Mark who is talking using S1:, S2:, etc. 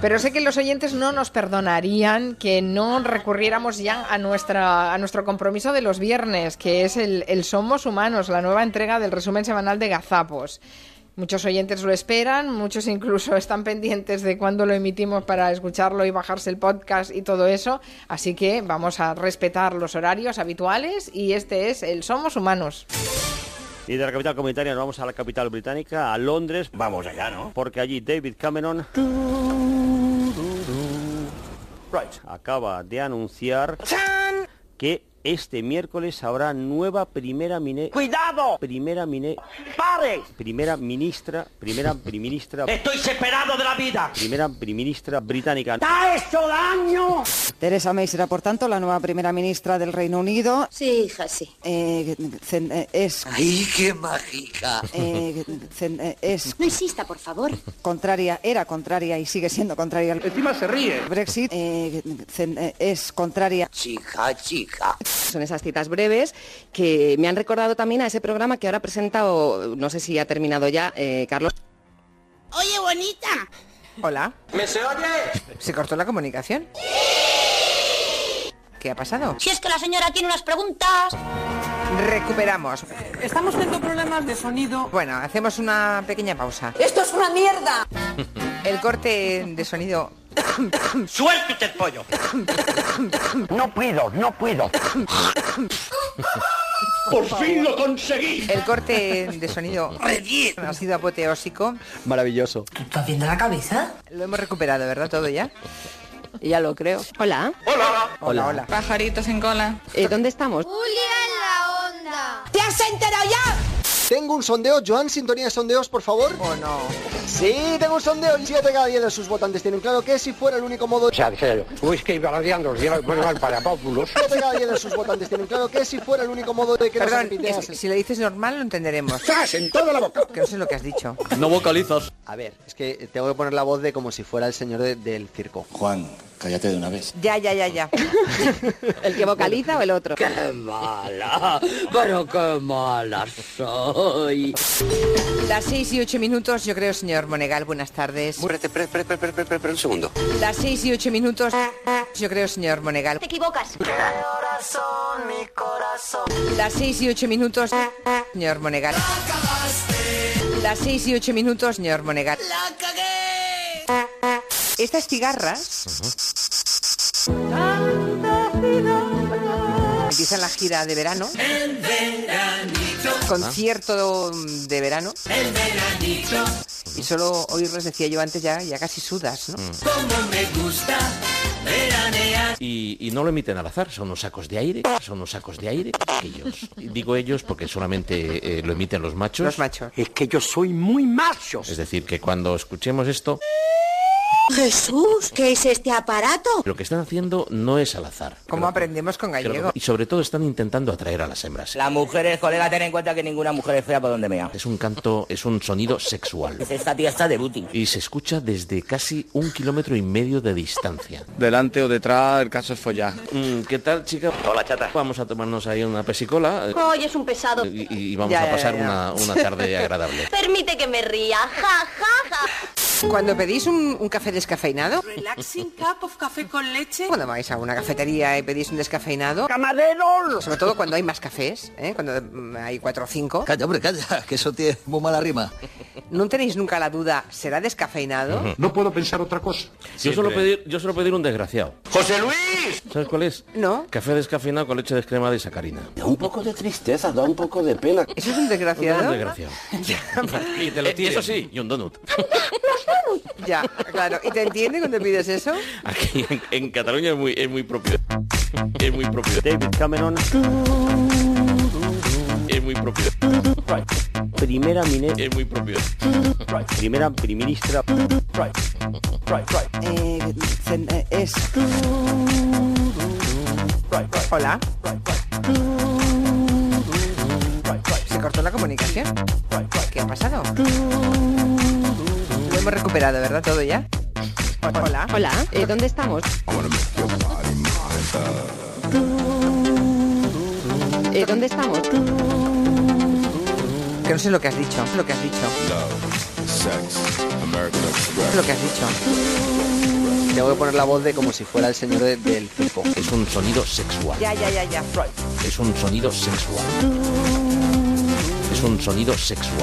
S1: Pero sé que los oyentes no nos perdonarían que no recurriéramos ya a, nuestra, a nuestro compromiso de los viernes, que es el, el Somos Humanos, la nueva entrega del resumen semanal de Gazapos. Muchos oyentes lo esperan, muchos incluso están pendientes de cuándo lo emitimos para escucharlo y bajarse el podcast y todo eso. Así que vamos a respetar los horarios habituales y este es el Somos Humanos.
S2: Y de la capital comunitaria nos vamos a la capital británica, a Londres. Vamos allá, ¿no? Porque allí David Cameron... Right. Acaba de anunciar que este miércoles habrá nueva primera mine...
S3: ¡Cuidado!
S2: Primera mine...
S3: ¡Pare!
S2: Primera ministra... Primera priministra...
S3: ¡Estoy separado de la vida!
S2: Primera priministra británica.
S3: ¡Está hecho daño!
S4: Teresa May será, por tanto, la nueva primera ministra del Reino Unido.
S5: Sí, hija, sí.
S4: Eh, cen- eh, es,
S6: ¡Ay, qué mágica!
S4: eh, cen- eh, es
S5: No insista, por favor.
S4: contraria, era contraria y sigue siendo contraria al
S7: Encima se ríe.
S4: Brexit. Eh, cen- eh, es contraria.
S6: Chica, chica.
S8: Son esas citas breves que me han recordado también a ese programa que ahora presenta, o no sé si ha terminado ya, eh, Carlos.
S5: Oye, bonita.
S9: Hola. ¿Me se oye? ¿Se cortó la comunicación? ¿Qué ha pasado?
S5: Si es que la señora tiene unas preguntas.
S9: Recuperamos.
S3: Estamos teniendo problemas de sonido.
S9: Bueno, hacemos una pequeña pausa.
S5: ¡Esto es una mierda!
S9: El corte de sonido.
S3: ¡Suéltate el pollo! No puedo, no puedo. ¡Por fin lo conseguí!
S9: El corte de sonido ha sido apoteósico.
S2: Maravilloso.
S6: ¿Estás viendo la cabeza?
S9: Lo hemos recuperado, ¿verdad? Todo ya.
S8: Ya lo creo. Hola,
S3: ¡Hola!
S9: Hola, hola.
S10: Pajaritos en cola.
S8: eh, ¿dónde estamos?
S5: ¡Te has enterado ya!
S11: Tengo un sondeo, Joan, sintonía de sondeos, por favor.
S9: Oh no.
S11: Sí, tengo un sondeo y 7 cada 10 de sus votantes tienen claro que si fuera el único modo...
S3: sea, dije yo, uy, es que iba rodeando los días, bueno, mal para pópulos.
S11: 7 cada 10 de sus votantes tienen claro que si fuera el único modo de que nos
S9: Perdón,
S11: arrepintieras
S9: es-
S11: el-
S9: si le dices normal lo entenderemos.
S3: ¡Sas en toda la boca!
S9: Que no sé lo que has dicho.
S2: No vocalizas.
S11: A ver, es que tengo que poner la voz de como si fuera el señor de- del circo.
S7: Juan, cállate de una vez.
S9: Ya, ya, ya, ya.
S8: ¿El que vocaliza o el otro?
S6: ¡Qué mala! ¡Pero qué mala soy!
S9: Las 6 y 8 minutos, yo creo, señor Monegal, buenas tardes.
S7: Espérate, espera, espera, espera, espera, espera, espera, un segundo.
S9: Las 6 y 8 minutos, yo creo, señor Monegal.
S5: Te equivocas.
S9: Las 6 y 8 minutos, señor Monegal. Las 6 y 8 minutos, señor Monegal. ¡La cagué! Estas cigarras empiezan la gira de verano. Concierto de verano. Y solo oírles decía yo antes ya, ya casi sudas, ¿no?
S12: y, y no lo emiten al azar, son unos sacos de aire, son unos sacos de aire, ellos. Y Digo ellos porque solamente eh, lo emiten los machos.
S9: Los machos.
S3: Es que yo soy muy macho.
S12: es decir, que cuando escuchemos esto,
S5: Jesús, ¿qué es este aparato?
S12: lo que están haciendo no es al azar.
S9: ¿Cómo
S12: Creo-
S9: aprendemos con
S12: creo que-
S9: gallego?
S12: Y sobre todo están intentando atraer a las hembras.
S3: Las mujeres, colega, ten en cuenta que ninguna mujer es fea por donde mea.
S12: Es un canto, es un sonido sexual.
S3: Esta tía está de booty.
S12: Y se escucha desde casi un kilómetro y medio de distancia.
S7: Delante o detrás, el caso es follar.
S12: Mm, ¿Qué tal, chica?
S2: Hola, chata.
S12: Vamos a tomarnos ahí una pesicola eh,
S5: Hoy es un pesado.
S12: y, y vamos
S9: Ya,
S12: a
S9: ya,
S12: pasar
S9: ya.
S12: Una, una tarde agradable.
S5: Permite que me ría. Ja, ja, ja.
S9: Cuando pedís un, un café descafeinado,
S10: Relaxing cup of café con leche.
S9: cuando vais a una cafetería y pedís un descafeinado,
S3: ¡Camarero!
S9: sobre todo cuando hay más cafés, ¿eh? cuando mm, hay cuatro o cinco,
S6: Calla, hombre, calla, que eso tiene muy mala rima.
S9: no tenéis nunca la duda, ¿será descafeinado?
S7: No puedo pensar otra cosa.
S12: Yo suelo, pedir, yo suelo pedir un desgraciado.
S3: ¡José Luis!
S12: ¿Sabes cuál es?
S9: No.
S12: Café descafeinado con leche descremada y sacarina.
S7: Da un poco de tristeza, da un poco de pena.
S9: ¿Eso es un
S12: Un
S9: desgraciado?
S12: desgraciado. y te lo
S7: tiran.
S12: Eso sí, y un donut.
S9: Ya, claro. ¿Y te entiende cuando pides eso?
S12: Aquí en, en Cataluña es muy, es muy propio. Es muy propio.
S2: David Cameron,
S12: Es muy propio.
S2: primera mine...
S12: Es muy propio.
S2: Primera priministra...
S4: Eh, cen- eh, es
S9: Hola. ¿Se cortó la comunicación? ¿Qué ha pasado? Lo hemos recuperado, ¿verdad? Todo ya. Hola.
S8: Hola, eh, ¿dónde estamos? Eh, ¿Dónde estamos?
S9: Que no sé lo que has dicho, lo que has dicho, lo que has dicho.
S11: tengo que poner la voz de como si fuera el señor de- del circo.
S12: Es un sonido sexual.
S13: Ya, ya, ya, ya.
S12: Es un sonido sexual. Es un sonido sexual.